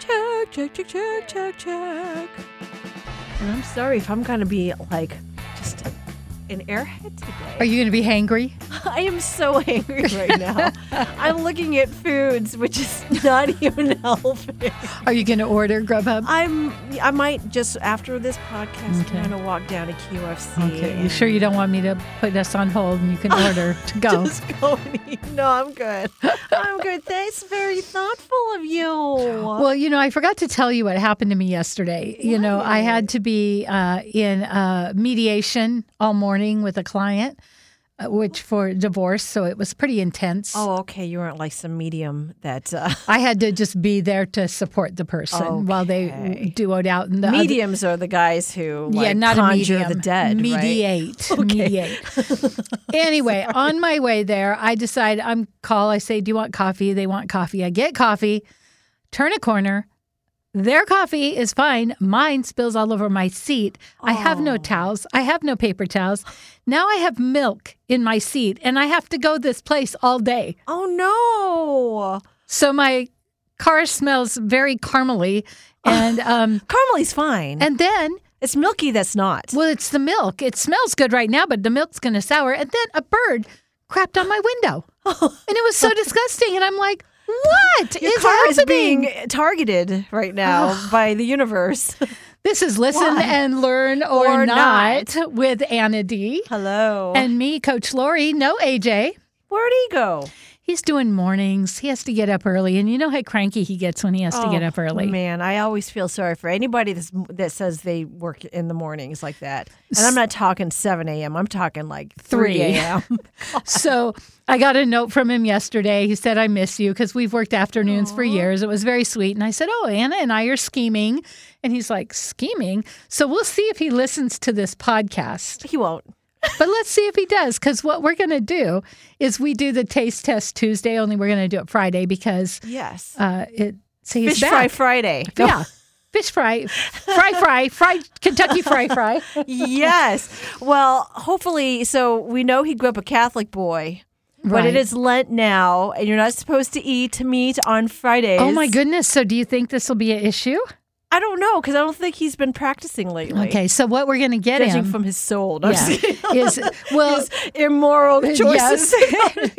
check, check, check, check, check. And I'm sorry if I'm going to be like just an airhead today. Are you going to be hangry? I am so angry right now. I'm looking at foods, which is not even helping. Are you going to order Grubhub? I'm. I might just after this podcast, Okay. I'm gonna walk down to QFC. Okay. You and sure you don't want me to put us on hold and you can order to go? Just go and eat. No, I'm good. I'm good. That's very thoughtful of you. Well, you know, I forgot to tell you what happened to me yesterday. You know, I had to be uh, in uh, mediation all morning with a client, uh, which for divorce, so it was pretty intense. oh, okay. You weren't like some medium that uh, I had to just be there to support the person while Okay. they duoed out. And the other- mediums are the guys who like, yeah, not a conjure medium. the dead. Right? Mediate. Mediate. anyway, on my way there, I decide I'm call. I say, "Do you want coffee?" They want coffee. I get coffee. Turn a corner. Their coffee is fine. Mine spills all over my seat. I have no towels. I have no paper towels. Now I have milk in my seat, and I have to go this place all day. Oh no, So my car smells very caramely, and um, Carmely's fine. and then it's Milky that's not. Well, it's the milk. It smells good right now, but the milk's going to sour. And then a bird crapped on my window. and it was so disgusting. And I'm like, what is Your car is happening? being targeted right now by the universe. this is Listen Why? and Learn or, Or Oh. not. with Anna D. Hello. And me, Coach Lori. No AJ. where'd he go? He's doing mornings. He has to get up early. And you know how cranky he gets when he has to get Oh, up early. Man, I always feel sorry for anybody that's, that says they work in the mornings like that. And I'm not talking 7 a.m., I'm talking like 3, Three. a.m. So I got a note from him yesterday. He said, I miss you because we've worked afternoons for years. It was very sweet. And I said, Oh, Anna and I are scheming. And he's like, Scheming? So we'll see if he listens to this podcast. he won't. But let's see if he does because what we're going to do is we do the taste test Tuesday, only we're going to do it Friday because Yes. uh, it, so he's Fish back. Fry Friday. Yeah. Fish fry, fry fry, fried Kentucky fry fry. yes. Well, hopefully, so we know he grew up a Catholic boy. But Right. it is Lent now, and you're not supposed to eat meat on Fridays. Oh my goodness. So do you think this will be an issue? I don't know because I don't think he's been practicing lately. Okay. So what we're going to get judging him. from his soul, no, I'm just yeah. kidding. is well his immoral choices.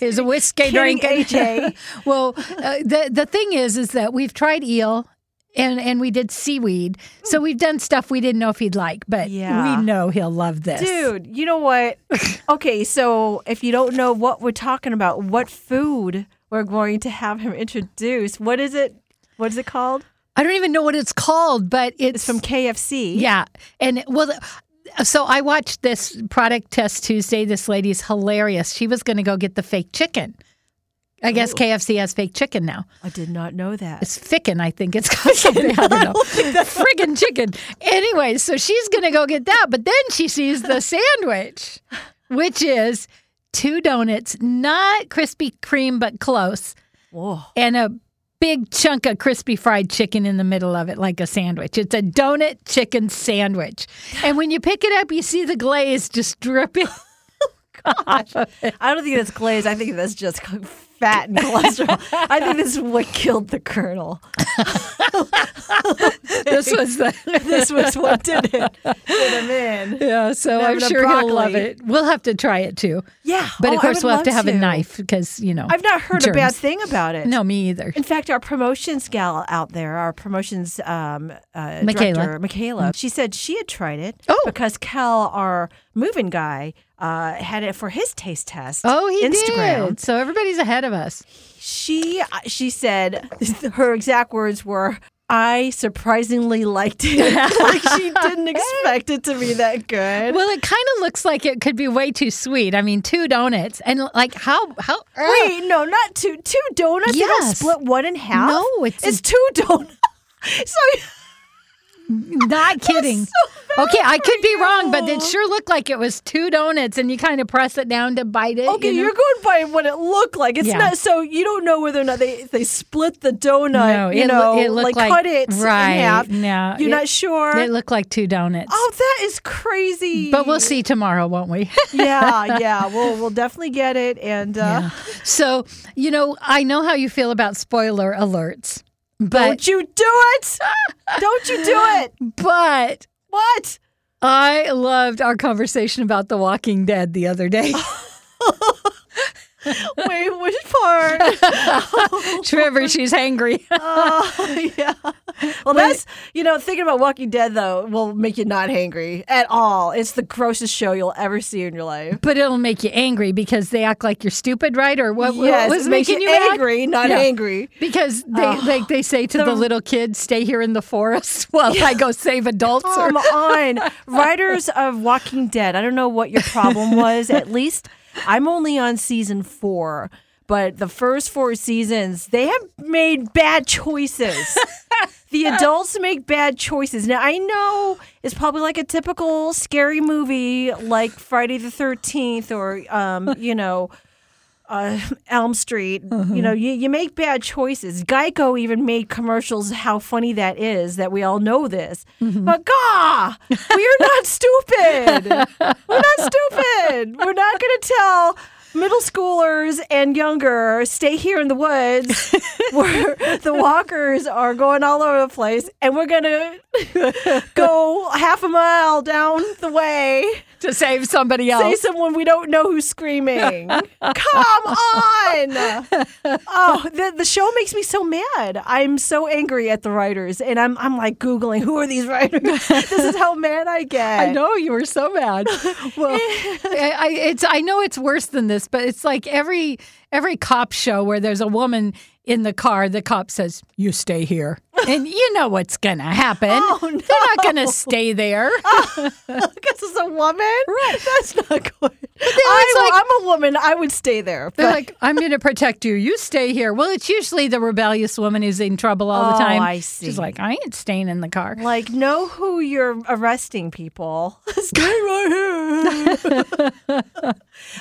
is a whiskey Kidding, drinking. AJ. well, uh, the the thing is, is that we've tried eel. And, and we did seaweed. So we've done stuff we didn't know if he'd like, but Hmm. Yeah. we know he'll love this. Dude, you know what? Okay, so if you don't know what we're talking about, what food we're going to have him introduce, what is it? What is it called? I don't even know what it's called, but it's, It's from KFC. Yeah. And well, th- so I watched this product test Tuesday. This lady's hilarious. She was going to go get the fake chicken. I guess KFC has fake chicken now. I did not know that. It's ficken, I think it's called something. I don't know. Friggin' chicken. Anyway, so she's gonna go get that, but then she sees the sandwich, which is two donuts, not Krispy Kreme, but close, Whoa. and a big chunk of crispy fried chicken in the middle of it, like a sandwich. It's a donut chicken sandwich, and when you pick it up, you see the glaze just dripping. off of it. I don't think that's glaze. I think that's just fat and cholesterol. I think this is what killed the colonel. This was the This was what did it. Did him in. yeah. So Never I'm the sure he'll love broccoli. it. We'll have to try it too. Yeah. But Oh, of I course, would we'll have to love have a knife because, you know. I've not heard a bad germs. thing about it. No, me either. In fact, our promotions gal out there, our promotions um, uh, Michaela. Mm-hmm. director, Michaela, she said she had tried it Oh. because Cal, our moving guy, uh, had it for his taste test. Oh, he Instagram. did. So everybody's ahead of us. She uh, she said her exact words were, "I surprisingly liked it. like she didn't expect it to be that good." Well, it kind of looks like it could be way too sweet. I mean, two donuts and like how how uh, Wait, no, not two. Two donuts. You don't Yes. split one in half. No, it's- it's two donuts. so not kidding. okay, I could be wrong, but it sure looked like it was two donuts and you kind of press it down to bite it. Okay, you know? you are going by what it looked like. It's Yeah. not so you don't know whether or not they they split the donut. No, you it loo- know, it looked like, like- cut it right, in half. no, you're it- not sure. It looked like two donuts. oh, that is crazy. But we'll see tomorrow, won't we? yeah, yeah. We'll we'll definitely get it. And uh, so, you know, I know how you feel about spoiler alerts. But Don't you do it! Don't you do it! but What? I loved our conversation about The Walking Dead the other day. Oh. Wait, which part? Trevor, she's hangry. Oh, yeah. Well, that's, you know, thinking about Walking Dead, though, will make you not hangry at all. It's the grossest show you'll ever see in your life. but it'll make you angry because they act like you're stupid, right? Or what, what yes, was it makes making you you mad? angry, not Yeah. angry. Because they like they say to the, little kids, stay here in the forest while I go save adults. or- Come on. Writers of Walking Dead, I don't know what your problem was. At least I'm only on season four, but the first four seasons, they have made bad choices. the adults make bad choices. Now, I know it's probably like a typical scary movie like Friday the 13th or, um, you know, uh, Elm Street. You know, you, you make bad choices. Geico even made commercials how funny that is that we all know this. But gah, we are not stupid. We're not stupid. We're not going to tell middle schoolers and younger stay here in the woods where the walkers are going all over the place and we're going to go half a mile down the way to save somebody say else. someone we don't know who's screaming. Come on! Oh, the, the show makes me so mad. I'm so angry at the writers, and I'm I'm like googling who are these writers. this is how mad I get. I know you were so mad. Well, I, I, it's I know it's worse than this, but it's like every every cop show where there's a woman in the car. The cop says, "You stay here," and you know what's gonna happen. Oh, They're not gonna stay there. Because it's a woman, right? That's not good. I, it's like- am a woman. I would stay there. They're but- like, "I'm gonna protect you. You stay here." Well, it's usually the rebellious woman who's in trouble all the Oh, time. I She's see. like, "I ain't staying in the car." like know who you're arresting people stay right here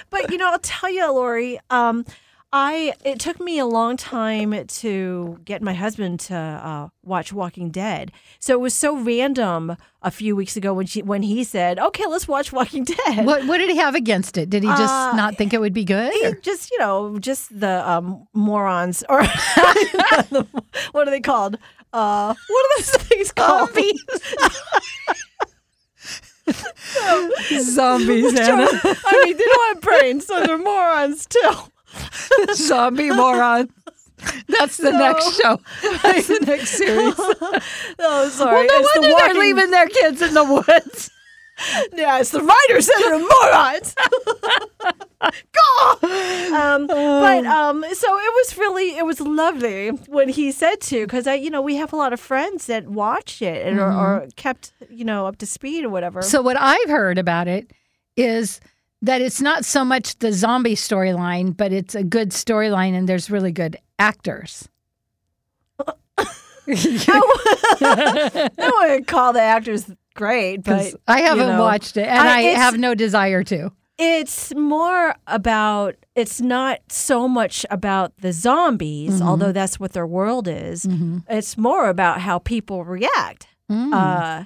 but you know i'll tell you lori um, i it took me a long time to get my husband to uh, watch walking dead so it was so random a few weeks ago when she when he said okay let's watch walking dead What What did he have against it? Did he just Uh, not think it would be good? He or- just you know just the um, morons or the- what are they called uh, what are those things called Zombies, Anna. I mean, they don't have brains, so they're morons too. Zombie moron. That's the next show. That's the next series. Oh, Well, sorry. no it's wonder the walking, they're leaving their kids in the woods. Yeah, it's the writers that are morons. God. Um, but um, so it was really, it was lovely when he said to, because I, you know, we have a lot of friends that watch it and are, are kept, you know, up to speed or whatever. So what I've heard about it is that it's not so much the zombie storyline, but it's a good storyline, and there's really good actors. I wouldn't call the actors great, but Because I haven't know, watched it, and I- I, it's- have no desire to. It's more about it's not so much about the zombies, although that's what their world is. Mm-hmm. It's more about how people react. Hmm. Mm. Uh,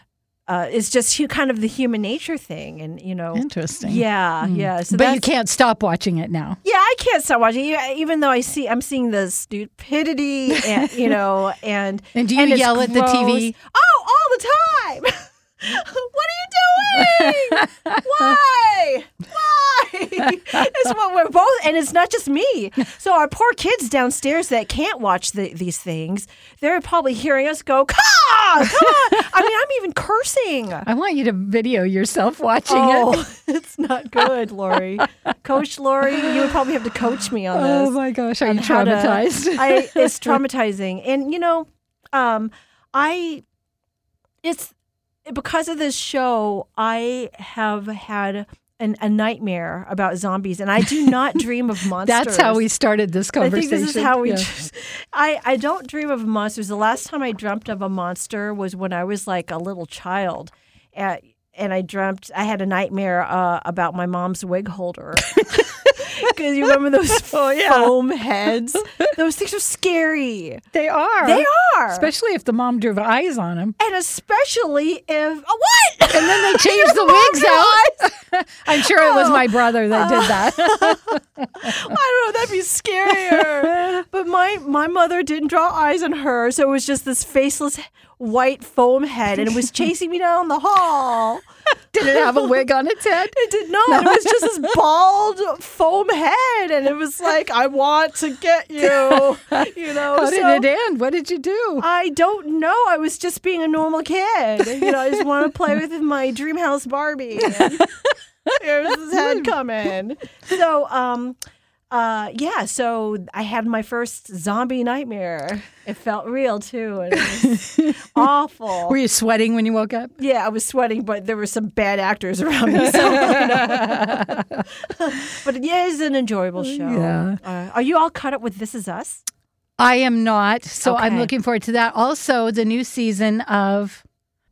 uh, it's just hu- kind of the human nature thing, and you Oh. know, Interesting. Hmm. yeah, yeah. So but you that's- can't stop watching it now. yeah, I can't stop watching, e- even though I see I'm seeing the stupidity, and, you know, and And do you it's yell at the gross. TV? Oh, all the time. what are you doing? Why? Why? it's what we're both, and it's not just me. So our poor kids downstairs that can't watch the, these things, they're probably hearing us go, "Come on, come on!" I mean, I'm even cursing. I want you to video yourself watching it. Oh, it's not good, Lori. Coach Lori, you would probably have to coach me on this Oh my gosh, are you on how to- traumatized? I, it's traumatizing, and you know, um, I it's because of this show. I have had an, a nightmare about zombies, and I do not dream of monsters. That's how we started this I conversation. think this is how we. Yeah. I I don't dream of monsters. The last time I dreamt of a monster was when I was like a little child, and and I dreamt I had a nightmare uh, about my mom's wig holder. Because Oh, you remember those foam heads? Those things are scary. they are. They are. Especially if the mom drew eyes on him. and especially if oh, what? And then they changed the wigs out. I'm sure it was Oh. my brother that did that. I don't know. That'd be scarier. but my my mother didn't draw eyes on her, so it was just this faceless white foam head, and it was chasing me down the hall. did it have a wig on its head? It did not. It was just this bald foam head, and it was like, "I want to get you," you know. How so- Oh. did it end? What did you do? I don't know. I was just being a normal kid. You know, I just want to play with my dream house Barbie. And Here's his head coming. So, um, uh, yeah. So I had my first zombie nightmare. It felt real too, and it was awful. Were you sweating when you woke up? yeah, I was sweating, but there were some bad actors around me. So, you know. but yeah, it's an enjoyable show. Yeah. Uh, are you all caught up with This Is Us? I am not. So I'm Okay. looking forward to that. Also, the new season of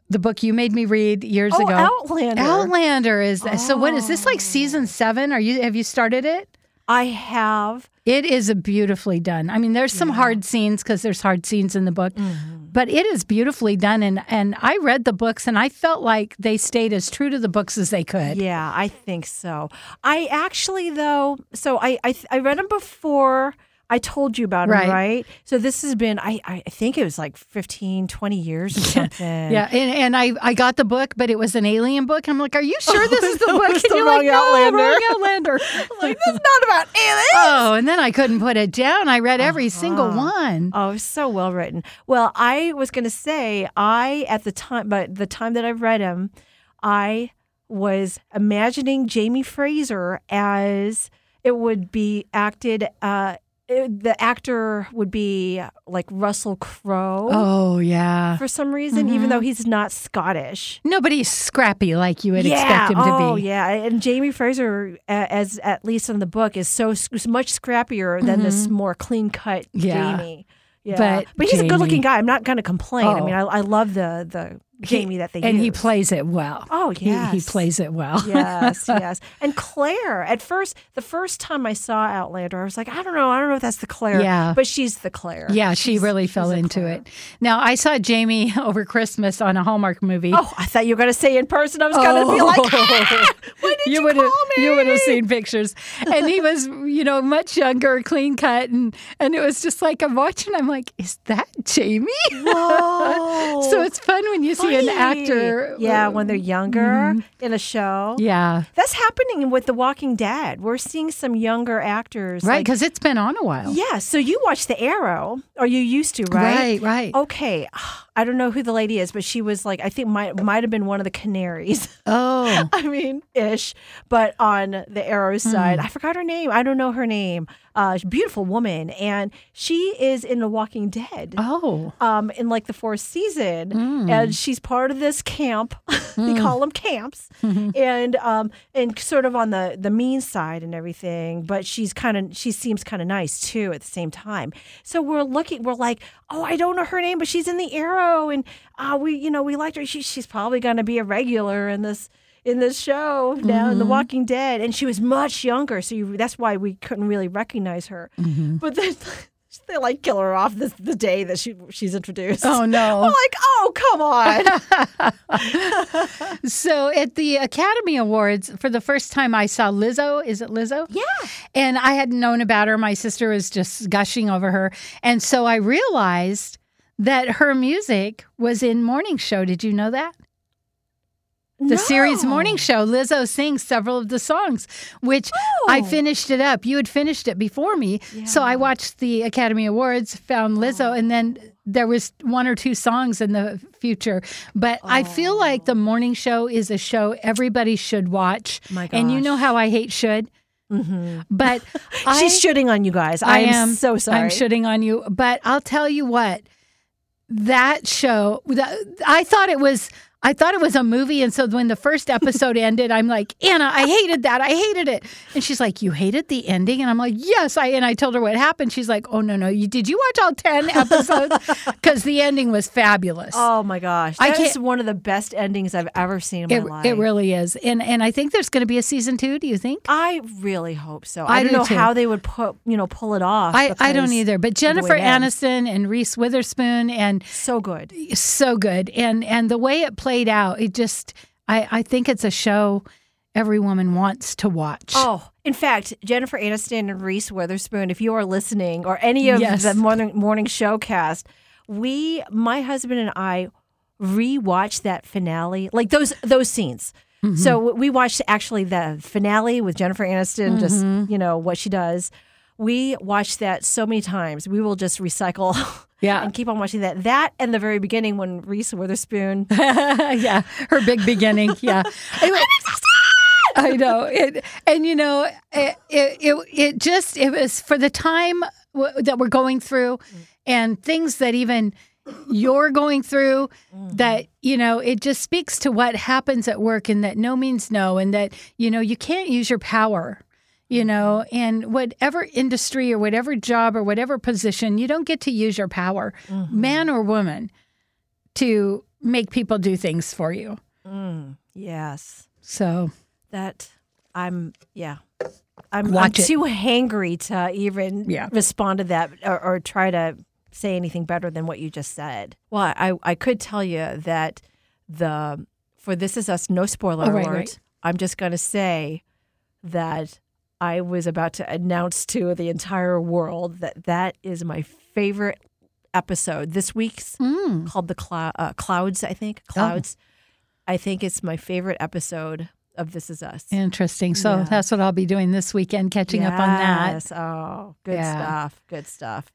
the book you made me read years oh, ago. Outlander. Oh. Outlander is so. What is this like? Season seven? Are you? Have you started it? I have. It is a beautifully done. I mean, there's some hard scenes because there's hard scenes in the book, Mm-hmm. but it is beautifully done. And and I read the books and I felt like they stayed as true to the books as they could. Yeah, I think so. I actually though, so I I, th- I read them before. I told you about them, Right. right. So this has been I I think it was like 15, 20 years or something. Yeah, and, and I, I got the book, but it was an alien book. I'm like, are you sure this is the book? Oh, it's And the you're wrong like, no, Outlander." wrong Outlander. like this is not about aliens. oh, and then I couldn't put it down. I read every single one. Oh, it was so well written. Well, I was going to say I at the time, but the time that I read him, I was imagining Jamie Fraser as it would be acted. Uh, it- the actor would be like Russell Crowe. Oh yeah. for some reason, even though he's not Scottish. Nobody's scrappy like you would yeah. expect him oh, to be. yeah. And Jamie Fraser, a- as at least in the book, is so s- is much scrappier than this more clean cut Mm-hmm. Yeah. Jamie. Yeah. But he's a good looking Jamie- guy. I'm not going to complain. I Oh. mean, I, I love the the Jamie that they and he use. plays it well. Oh, He- he, yes. plays it well. yes, yes. And Claire, at first, the first time I saw Outlander, I was like, I don't know, I don't know if that's the Claire. Yeah. But she's the Claire. Yeah, she really fell a into Claire. it. Now, I saw Jamie over Christmas on a Hallmark movie. Oh, I thought you were going to say in person. I was going to be like, Oh. ah, why did you, would have call me? you would have seen pictures, and he was you know much younger, clean cut, and and it was just like I'm watching. I'm like, is that Jamie? Whoa. so it's fun when you see an actor. Yeah, uh, when they're younger in a show. yeah, That's happening with The Walking Dead. We're seeing some younger actors. right, Like, because it's been on a while. yeah. So you watch The Arrow, or you used to, right? right, right. Oh, Okay. I don't know who the lady is, but she was like, I think might might have been one of the canaries. Oh. I mean, ish, but on the Arrow Hmm. side, I forgot her name. I don't know her name. Uh, she's a beautiful woman, and she is in The Walking Dead. oh, Um, in like the fourth season, and she's part of this camp. they call them camps, and um, and sort of on the the mean side and everything. But she's kind of she seems kind of nice too at the same time. So we're looking, we're like, oh, I don't know her name, but she's in the Arrow, and uh, we you know we liked her. She, she's probably going to be a regular in this in this show now in The Walking Dead, and she was much younger, so you, that's why we couldn't really recognize her. But then they like kill her off this, the day that she she's introduced. oh We're no. like, oh come on! So at the Academy Awards, for the first time, I saw Lizzo. Is it Lizzo? Yeah. And I hadn't known about her. My sister was just gushing over her. And so I realized that her music was in Morning Show. Did you know that? The series No. Morning Show. Lizzo sings several of the songs, which I Oh. finished it up. You had finished it before me. So I Yeah. Oh. watched the Academy Awards, found Lizzo, and then there was one or two songs in the future. But I feel like Oh. the morning show is a show everybody should watch. My And you know gosh. Mm-hmm. how I hate should. But I, She's shooting on you guys. I, am, so sorry. I'm shitting on you. But I'll tell you what, that show, that, I thought it was I thought it was a movie. And so when the first episode ended, I'm like, Anna, I hated that. I hated it. And she's like, You hated the ending? And I'm like, Yes, I and I told her what happened. She's like, Oh no, no, you did you watch all ten episodes? Because the ending was fabulous. Oh my gosh. I That is can't- one of the best endings I've ever seen in my it, life. it really is. And and I think there's gonna be a season two, do you think? I really hope so. I I, don't do know too. how they would put, you know, pull it off. I, I don't because either. But the way Jennifer it ends. Aniston and Reese Witherspoon and So good. so good and and the way it played out it just i i think it's a show every woman wants to watch Oh, in fact, Jennifer Aniston and Reese Witherspoon, if you are listening or any of Yes. the morning morning show cast, we my husband and I rewatched that finale, like those those scenes. Mm-hmm. So we watched actually the finale with Jennifer Aniston Mm-hmm. just, you know, what she does. We watched that so many times. We will just recycle Yeah. and keep on watching that. That and the very beginning when Reese Witherspoon yeah her big beginning yeah Anyway, i know it and you know it it it, it just it was for the time w- that we're going through and things that even you're going through that you know it just speaks to what happens at work and that no means no and that you know you can't use your power you know and whatever industry or whatever job or whatever position you don't get to use your power man or woman to make people do things for you Yes. so that I'm yeah. I'm, I'm Watch it. too hangry to even Yeah. respond to that or, or try to say anything better than what you just said. Well, I, I could tell you that the for this is us no spoiler Oh, right, alert. right. I'm just gonna say that I was about to announce to the entire world that that is my favorite episode. This week's mm. called the Clou- uh, clouds. I think clouds. I think it's my favorite episode of This Is Us. interesting so Yeah. that's what i'll be doing this weekend catching up on that Yes. Oh, good Yeah. stuff. Good stuff.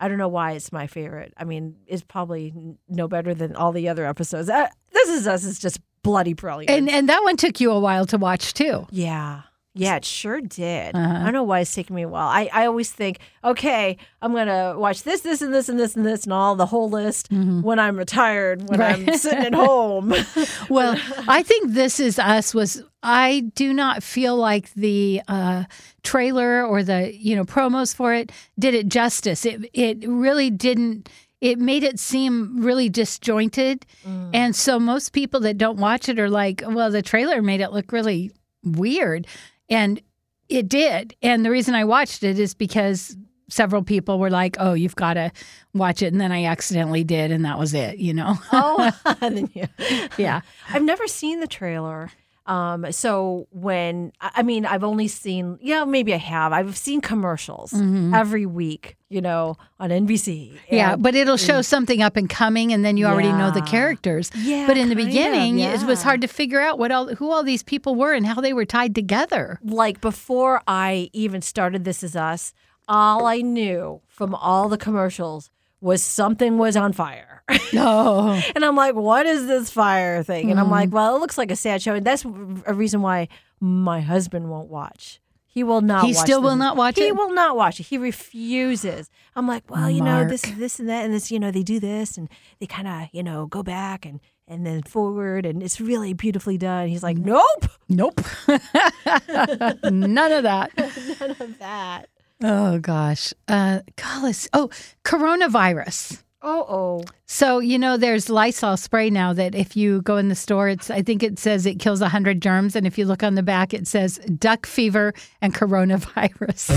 I don't know why it's my favorite. I mean, it's probably n- no better than all the other episodes. Uh, this is us is just bloody brilliant. and and that one took you a while to watch too yeah. Yeah, it sure did. Uh-huh. I don't know why it's taking me a while. I, I always think, okay, I'm going to watch this, this, and this, and this, and this, and all the whole list when I'm retired, when I'm Mm-hmm. Right. sitting at home. Well, I think this is us was I do not feel like the uh, trailer or the you know promos for it did it justice. It it really didn't. It made it seem really disjointed, Mm. and so most people that don't watch it are like, "Well, the trailer made it look really weird," and it did. And the reason I watched it is because several people were like, "Oh, you've got to watch it," and then I accidentally did, and that was it. You know? oh, and then you- yeah. I've never seen the trailer. Um, so when I I mean, I've only seen yeah, maybe I have. I've seen commercials every week, you know, on NBC. Yeah, And- but it'll show something up and coming, and then you already know the Yeah. characters. Yeah, But in the kind of, beginning, it was yeah. hard to figure out what all who all these people were and how they were tied together. like before I even started This Is Us, all I knew from all the commercials was something was on fire. No, And I'm like, what is this fire thing? And I'm like, Mm. well, it looks like a sad show. And that's a reason why my husband won't watch. He will not He watch still this. will not watch he it? will not watch it. He refuses. I'm like, well, you know, this Mark. is this and that and this, you know, they do this and they kind of, you know, go back and and then forward and it's really beautifully done. He's Mm. like, nope, nope, none of that. none of that. Oh gosh, uh, gosh. Oh, coronavirus. Oh, oh. So you know, there's Lysol spray now that if you go in the store, it's I think it says it kills hundred germs, and if you look on the back, it says duck fever and coronavirus.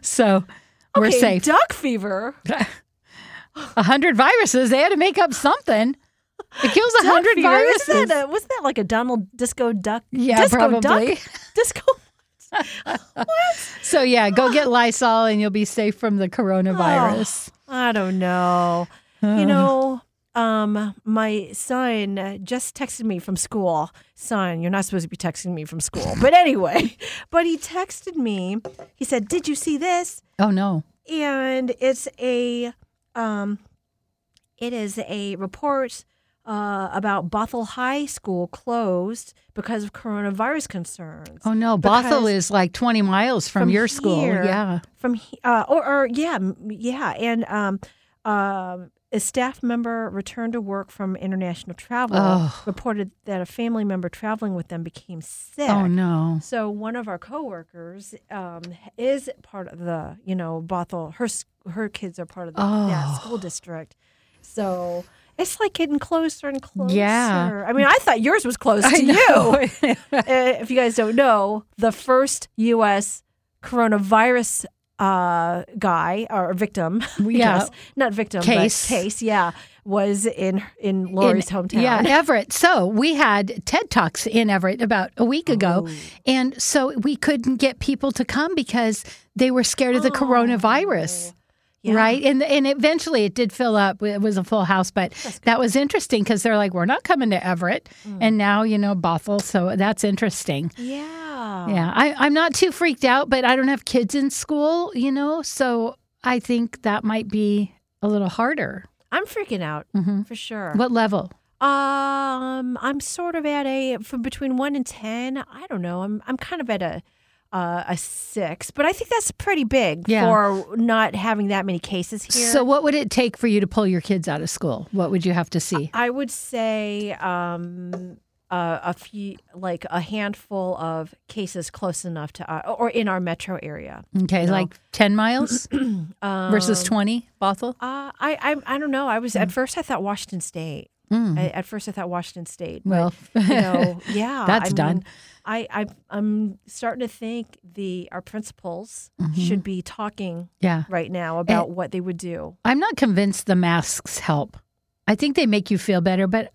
so we're Okay, safe. Duck fever. A hundred viruses. They had to make up something. It kills a Duck hundred fever. viruses. Isn't that a, wasn't that like a Donald Disco Duck? Yeah, disco probably. Duck? Disco. So yeah, go get Lysol and you'll be safe from Oh. the coronavirus. I don't know. You know, um, my son uh, just texted me from school. Son, you're not supposed to be texting me from school. But anyway, but he texted me. He said, "Did you see this?" Oh, no. And it's a, um, it is a report uh, about Bothell High School closed because of coronavirus concerns. Oh no. Bothell Because- is like twenty miles from, your school. here- Yeah. from he- uh, or, or yeah, m- yeah, and um, um, A staff member returned to work from international travel Oh. reported that a family member traveling with them became sick. Oh no. So one of our coworkers um, is part of the, you know, Bothell. Her s- her kids are part of the, Oh. that school district. So it's like getting closer and closer. Yeah. I mean, I thought yours was close to you. you. Uh, if you guys don't know, the first U.S. coronavirus uh, guy or victim, I Yeah. guess. not victim, but Case. case, yeah, was in in Lori's hometown. Yeah, Everett. So we had TED Talks in Everett about a week ago. Oh. And so we couldn't get people to come because they were scared of the coronavirus. Oh. Yeah. Right. And and eventually it did fill up. It was a full house, but that was interesting because they're like, we're not coming to Everett. Mm. And now, you know, Bothell. So that's interesting. yeah, Yeah. I, I'm not too freaked out, but I don't have kids in school, you know. So I think that might be a little harder. I'm freaking out Mhm. for sure. What level? Um, I'm sort of at a from between one and ten. I don't know. I'm I'm kind of at a uh, a six, but I think that's pretty big Yeah. for not having that many cases here. So, what would it take for you to pull your kids out of school? What would you have to see? I would say um, uh, a few, like a handful of cases close enough to, uh, or in our metro area. Okay, No. like 10 miles Um, versus 20, Bothell? Uh, I, I I don't know. I was at first I thought Washington State. Mm. I, at first I thought Washington State. but, well, you know, yeah, I That's mean, done. I, I I'm starting to think the our principals Mhm. should be talking yeah. right now about what they would do. I'm not convinced the masks help. I think they make you feel better, but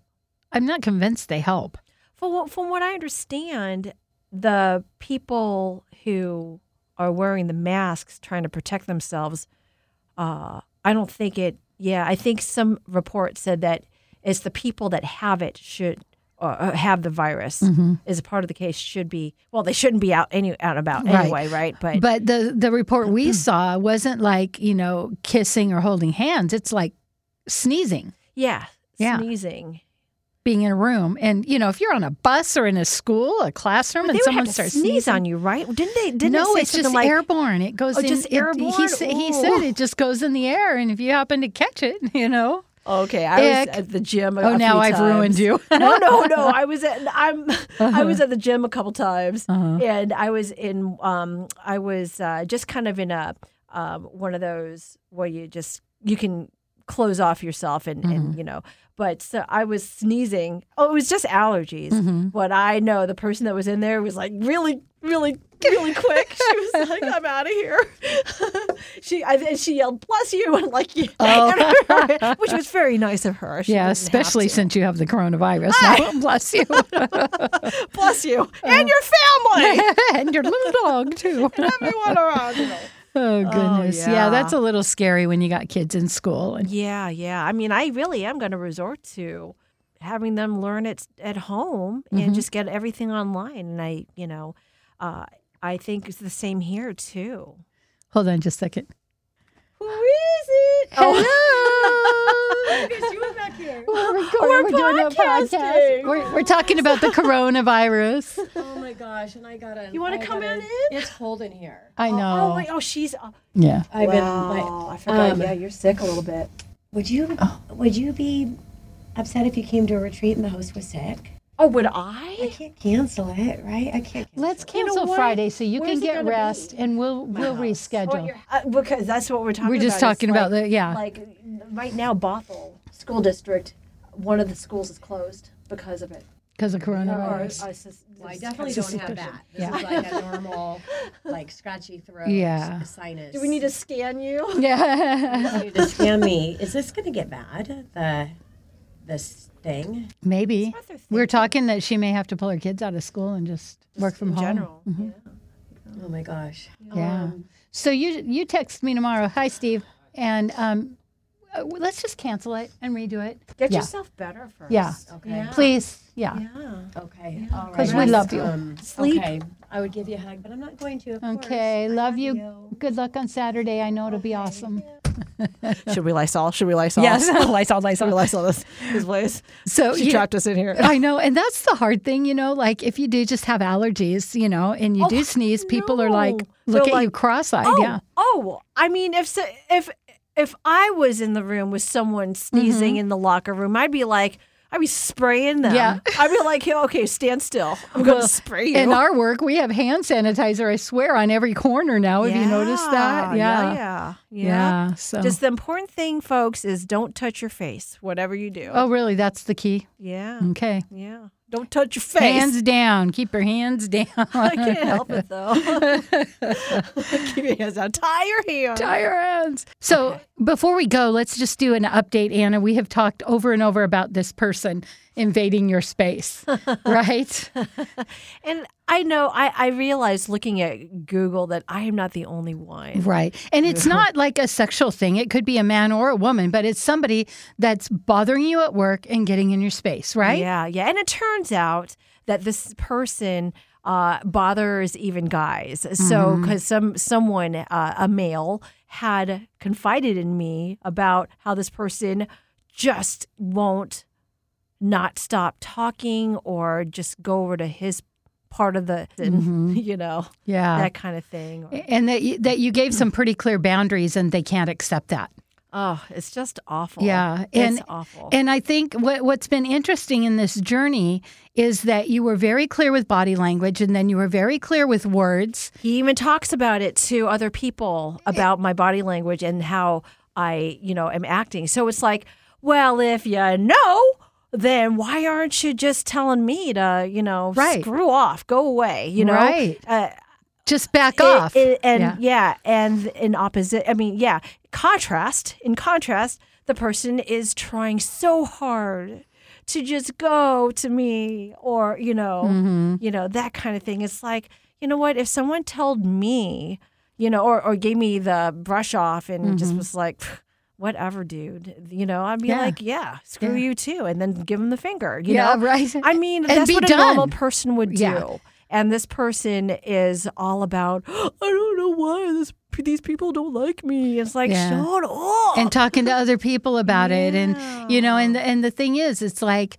I'm not convinced they help. From what, from what I understand, the people who are wearing the masks trying to protect themselves, uh, I don't think it. Yeah, I think some report said that it's the people that have it should or uh, have the virus Mm. is a part of the case should be well they shouldn't be out any out and about Right. anyway right but But the, the report we saw wasn't like, you know, kissing or holding hands. It's like sneezing, yeah Yeah. sneezing being in a room. And, you know, if you're on a bus or in a school, a classroom, But and they would someone have to starts sneeze sneezing, on you, right? Didn't they? Didn't no, it say it's something just like airborne. It goes Oh, in. just it- He, airborne? sa- he Ooh. said it just goes in the air, and if you happen to catch it, you know. okay? I was Ick. at the gym. a- Oh, a now few I've times. ruined you. no, no, no. I was at I'm I Uh-huh. was at the gym a couple times, and I was in um I was uh, just kind of in a um one of those where you just you can close off yourself and Mm-hmm. and you know. But so I was sneezing. Oh, it was just allergies. Mm-hmm. But I know the person that was in there was like really, really, really quick. She was like, "I'm out of here." she I, and she yelled, "Bless you!" and like, yeah. which was very nice of her. She Oh. Yeah, didn't have especially to. Ah! since you have the coronavirus. Now, bless you, Bless you and your family, and your little dog too. everyone around you. Oh goodness, yeah. yeah. that's a little scary when you got kids in school. And Yeah, yeah. I mean, I really am going to resort to having them learn it at home and just get everything online. And I, you know, uh, I think it's the same here too. hold on just a second. Who is it? Oh. Hello. because you were back here. We're, recording. We're a podcast. podcasting. We're, we're talking about the coronavirus. Oh my gosh, and I gotta. You wanna I come gotta- on in? It's cold in here. I know. Oh, wait. Oh, she's. Uh, yeah. I've wow. I forgot. um, yeah, you're sick a little bit. Would you Oh. would you be upset if you came to a retreat and the host was sick? Oh, would I I? can't cancel it, right? I can't. Cancel Let's it. cancel what? Friday so you Where's can it get gonna be? rest, and we'll we'll reschedule. Uh, because that's what we're talking about. We're just It's talking about like- the yeah. Like right now, Bothell School District, one of the schools is closed because of it. Because of coronavirus. Or, uh, sus- Well, I sus- definitely Just don't a have suspicion. that. This is like a normal, like scratchy throat, Yeah. s- sinus. Do we need to scan you? yeah. You need to scan me? Is this gonna get bad? The this thing. Maybe. what they're We're thinking. talking that she may have to pull her kids out of school and just, work from in home. general. Oh my gosh. Yeah. so you you text me tomorrow. Hi, Steve. And um, uh, let's just cancel it and redo it. Get Yeah. yourself better first. Yeah. Okay. Please. Yeah. Yeah. Okay. Um, Because we love you. Sleep. Okay. I would give you a hug, but I'm not going to. Of Okay. course. I Love you. you. Good luck on Saturday. I know it'll be awesome. Should we Lysol? Should we Lysol? Lysol, Should we Lysol this, this place? Oh, So She you- trapped us in here. I know, and that's the hard thing, you know. Like if you do just have allergies, you know, and you do sneeze, people are like, Oh, no. They're "Oh, look at you like, cross-eyed. Oh, yeah. oh, I mean, if so, if if I was in the room with someone sneezing in the locker room, I'd be like, I'd be spraying them. Mm-hmm. Yeah. I'd be like, hey, okay, stand still. I'm going to spray you. In our work, we have hand sanitizer, I swear, on every corner now. Have you noticed Yeah. that? Yeah. Yeah. Yeah. Yeah, so. Just the important thing, folks, is don't touch your face, whatever you do. Oh, really? That's the key. Yeah. Okay. Yeah. Don't touch your face. Hands down. Keep your hands down. I can't help it though. Keep your hands out. Tie your hands. Tie your hands. So before we go, let's just do an update, Anna. We have talked over and over about this person invading your space, right? And I know, I, I realized looking at Google that I am not the only one. Right. And it's not like a sexual thing. It could be a man or a woman, but it's somebody that's bothering you at work and getting in your space, right? Yeah, yeah. And it turns out that this person uh, bothers even guys. So, Mm-hmm. because some someone, uh, a male, had confided in me about how this person just won't not stop talking or just go over to his part of the, Mm-hmm. you know, Yeah. that kind of thing. Or- and that you, that you gave some pretty clear boundaries and they can't accept that. Oh, it's just awful. Yeah, it's and- awful. And I think what what's been interesting in this journey is that you were very clear with body language and then you were very clear with words. he even talks about it to other people about my body language and how I, you know, am acting. So it's like, well, if you know, then why aren't you just telling me to, you know, Right. screw off, go away, you know? Right. Uh, Just back it- off. it- and yeah. yeah. and in opposite, I mean, yeah, contrast. In contrast, the person is trying so hard to just go to me, or you know, Mm-hmm. you know that kind of thing. It's like you know what? If someone told me, you know, or or gave me the brush off and just was like. "Pff, Whatever, dude. You know, I'd be Mm-hmm. Yeah. like, yeah, screw you too, and then give him the finger. You Yeah, know, right. I mean, And that's be what a done. normal person would do. Yeah. And this person is all about, I don't know why this, these people don't like me. It's like, Yeah. shut up. and talking to other people about it and you know and the, and the thing is it's like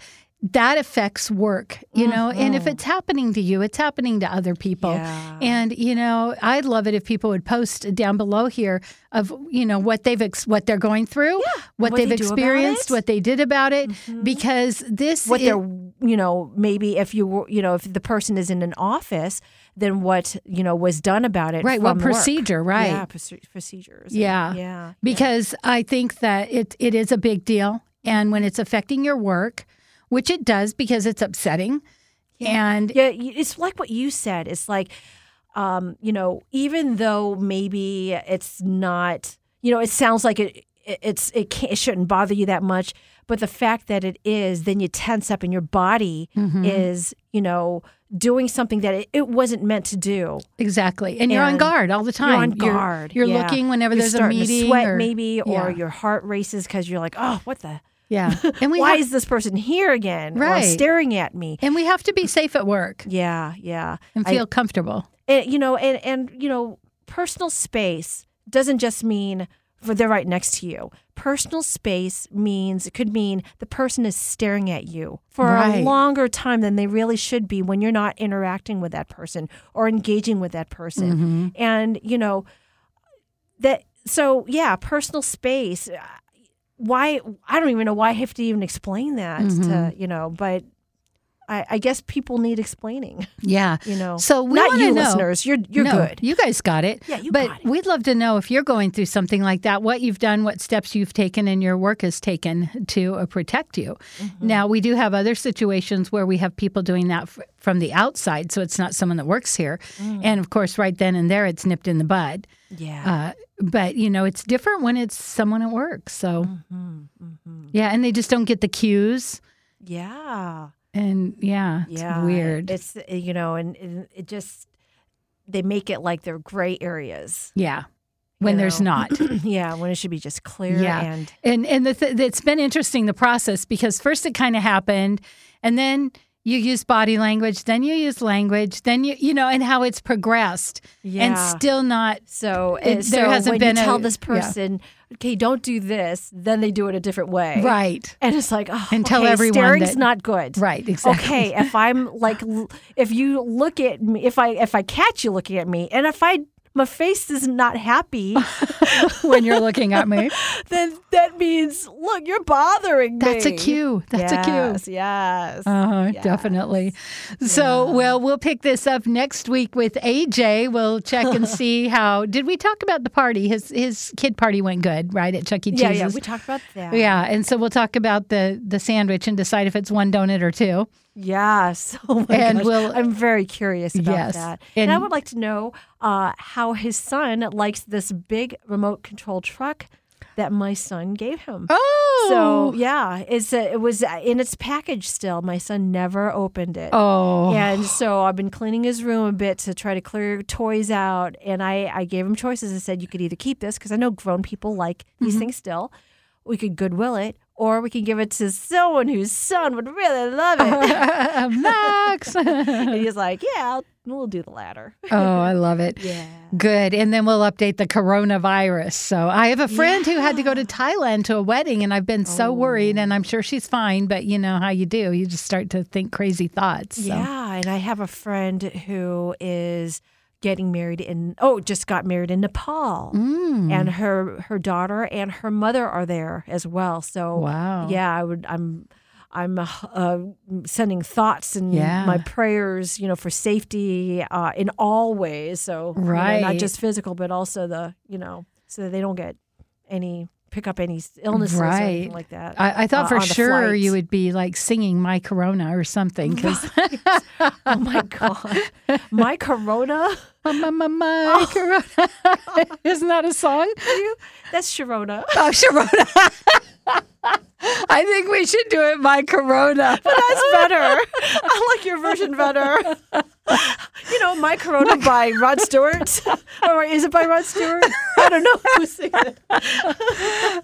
that affects work you know and if it's happening to you it's happening to other people Mm-hmm. Yeah. and you know i'd love it if people would post down below here of you know what they've ex- what they're going through what, what they've they do about experienced it. Mm-hmm. what they did about it because this what i- they're, you know, maybe if you were, you know, if the person is in an office, then what, you know, was done about it. right what from work. procedure right Yeah, proce- procedures. Yeah. Yeah. because I think that it it is a big deal, and when it's affecting your work, which it does because it's upsetting, and yeah y- it's like what you said it's like um you know even though maybe it's not you know it sounds like it it- it's it, can't, it shouldn't bother you that much but the fact that it is then you tense up and your body Mm-hmm. is you know doing something that it, it wasn't meant to do exactly, and you're on And guard all the time. you're on guard You're, yeah. looking whenever You're there's a starting to meeting, sweat or, maybe or yeah, your heart races because you're like oh what the yeah. And we why have, is this person here again Right. or staring at me and we have to be safe at work yeah yeah and I- feel comfortable. and, you know and and you know personal space doesn't just mean for they're right next to you personal space means it could mean the person is staring at you for Right. a longer time than they really should be when you're not interacting with that person or engaging with that person Mm-hmm. and you know that so yeah personal space uh, why i don't even know why i have to even explain that to you know but I, I guess people need explaining Yeah. you know. So we not wanna you know- listeners. You're you're No, good. You guys got it. Yeah, you but got it. we'd love to know if you're going through something like that, what you've done, what steps you've taken, and your work has taken to uh, protect you. Mm-hmm. Now, we do have other situations where we have people doing that f- from the outside, so it's not someone that works here. Mm. And of course, right then and there, it's nipped in the bud. Yeah. Uh, but, you know, it's different when it's someone at work. So, Mm-hmm, yeah, and they just don't get the cues. yeah. And yeah, it's Yeah. weird. It's uh, you know, and, and it just they make it like they're gray areas. yeah, when you there's know. not. yeah, when it should be just clear Yeah. and And and the th- it's been interesting the process because first it kind of happened, and then you use body language, then you use language, then you you know, and how it's progressed, and Yeah. still not. so It- uh, so there hasn't when been a- you tell this yeah. person, okay, don't do this, then they do it a different way. Right, And it's like, oh, And tell okay, everyone staring's that- not good. right, exactly. Okay, if I'm like, l- if you look at me, if I if I catch you looking at me, and if I my face is not happy, when you're looking at me. then that means look, you're bothering me. That's a cue. That's a cue. yes, Yes. Uh-huh, Yes. Definitely. So, well, we'll pick this up next week with AJ. We'll check and see how. Did we talk about the party? His his kid party went good, right? At Chuck E. Cheese's. yeah, yeah. We talked about that. Yeah, and so we'll talk about the the sandwich and decide if it's one donut or two. Yes. Oh my And gosh. we'll- I'm very curious about Yes. that. And, I And- would like to know uh, how his son likes this big remote control truck that my son gave him. Oh, So yeah, it's uh, it was uh, in its package still. My son never opened it. oh, And so I've been cleaning his room a bit to try to clear toys out. And I, I gave him choices. I said, you could either keep this, because I know grown people like Mm-hmm. these things still. We could goodwill it, or we can give it to someone whose son would really love it. Max. oh, and he's like, yeah, I'll, we'll do the latter. I love it. Yeah. Good. And then we'll update the coronavirus. So I have a friend who had to go to Thailand to a wedding, and I've been so worried, Oh. and I'm sure she's fine, but you know how you do. You just start to think crazy thoughts. So. Yeah. And I have a friend who is getting married in, oh, just got married in Nepal. Mm. And her, her daughter and her mother are there as well. So Wow. yeah i would i'm i'm uh, uh, sending thoughts and Yeah. my prayers you know for safety uh, in all ways so you know, Right. not just physical but also the you know so that they don't get any pick up any s- illnesses or Right. anything like that I, I thought uh, for on the sure flight. you would be like singing My Corona or something. Because oh my god my corona my, my, my, Oh. my Corona. Isn't that a song? you that's Sharona. Oh, Sharona. I think we should do it My Corona. That's better. I like your version better. You know, My Corona by Rod Stewart. Or is it by Rod Stewart? I don't know who's singing it.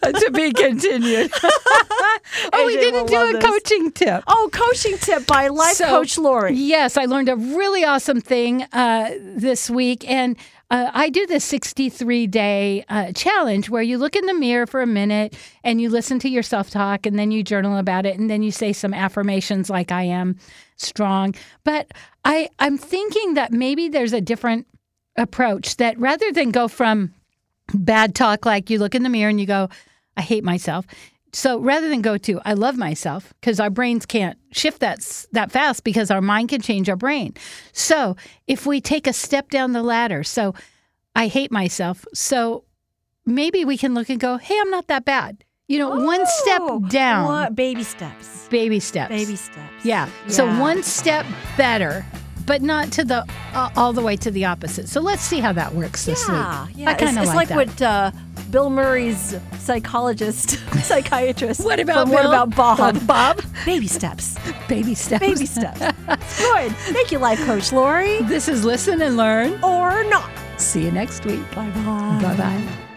to be continued. oh, we AJ will didn't do love a this. coaching tip. Oh, coaching tip by life So, coach Lori. Yes, I learned a really awesome thing uh, this week, and uh, I do this 63 day uh, challenge where you look in the mirror for a minute and you listen to yourself talk, and then you journal about it, and then you say some affirmations like "I am strong." But I I'm thinking that maybe there's a different approach that rather than go from bad talk like you look in the mirror and you go i hate myself so rather than go to i love myself because our brains can't shift that s- that fast because our mind can change our brain so if we take a step down the ladder so i hate myself so maybe we can look and go hey i'm not that bad you know one Oh, step down one- baby steps. baby steps Baby steps. yeah. So Yeah. one step better, but not to the uh, all the way to the opposite. So let's see how that works this Yeah, week. yeah. I It's, kind of it's like, like, that. what uh, Bill Murray's psychologist, psychiatrist. What about from what Bill? about Bob? Bob- Bob? Baby steps. baby steps. Baby steps. Good. Thank you, life coach Lori. This is listen and learn. Or not. See you next week. Bye bye. Bye bye.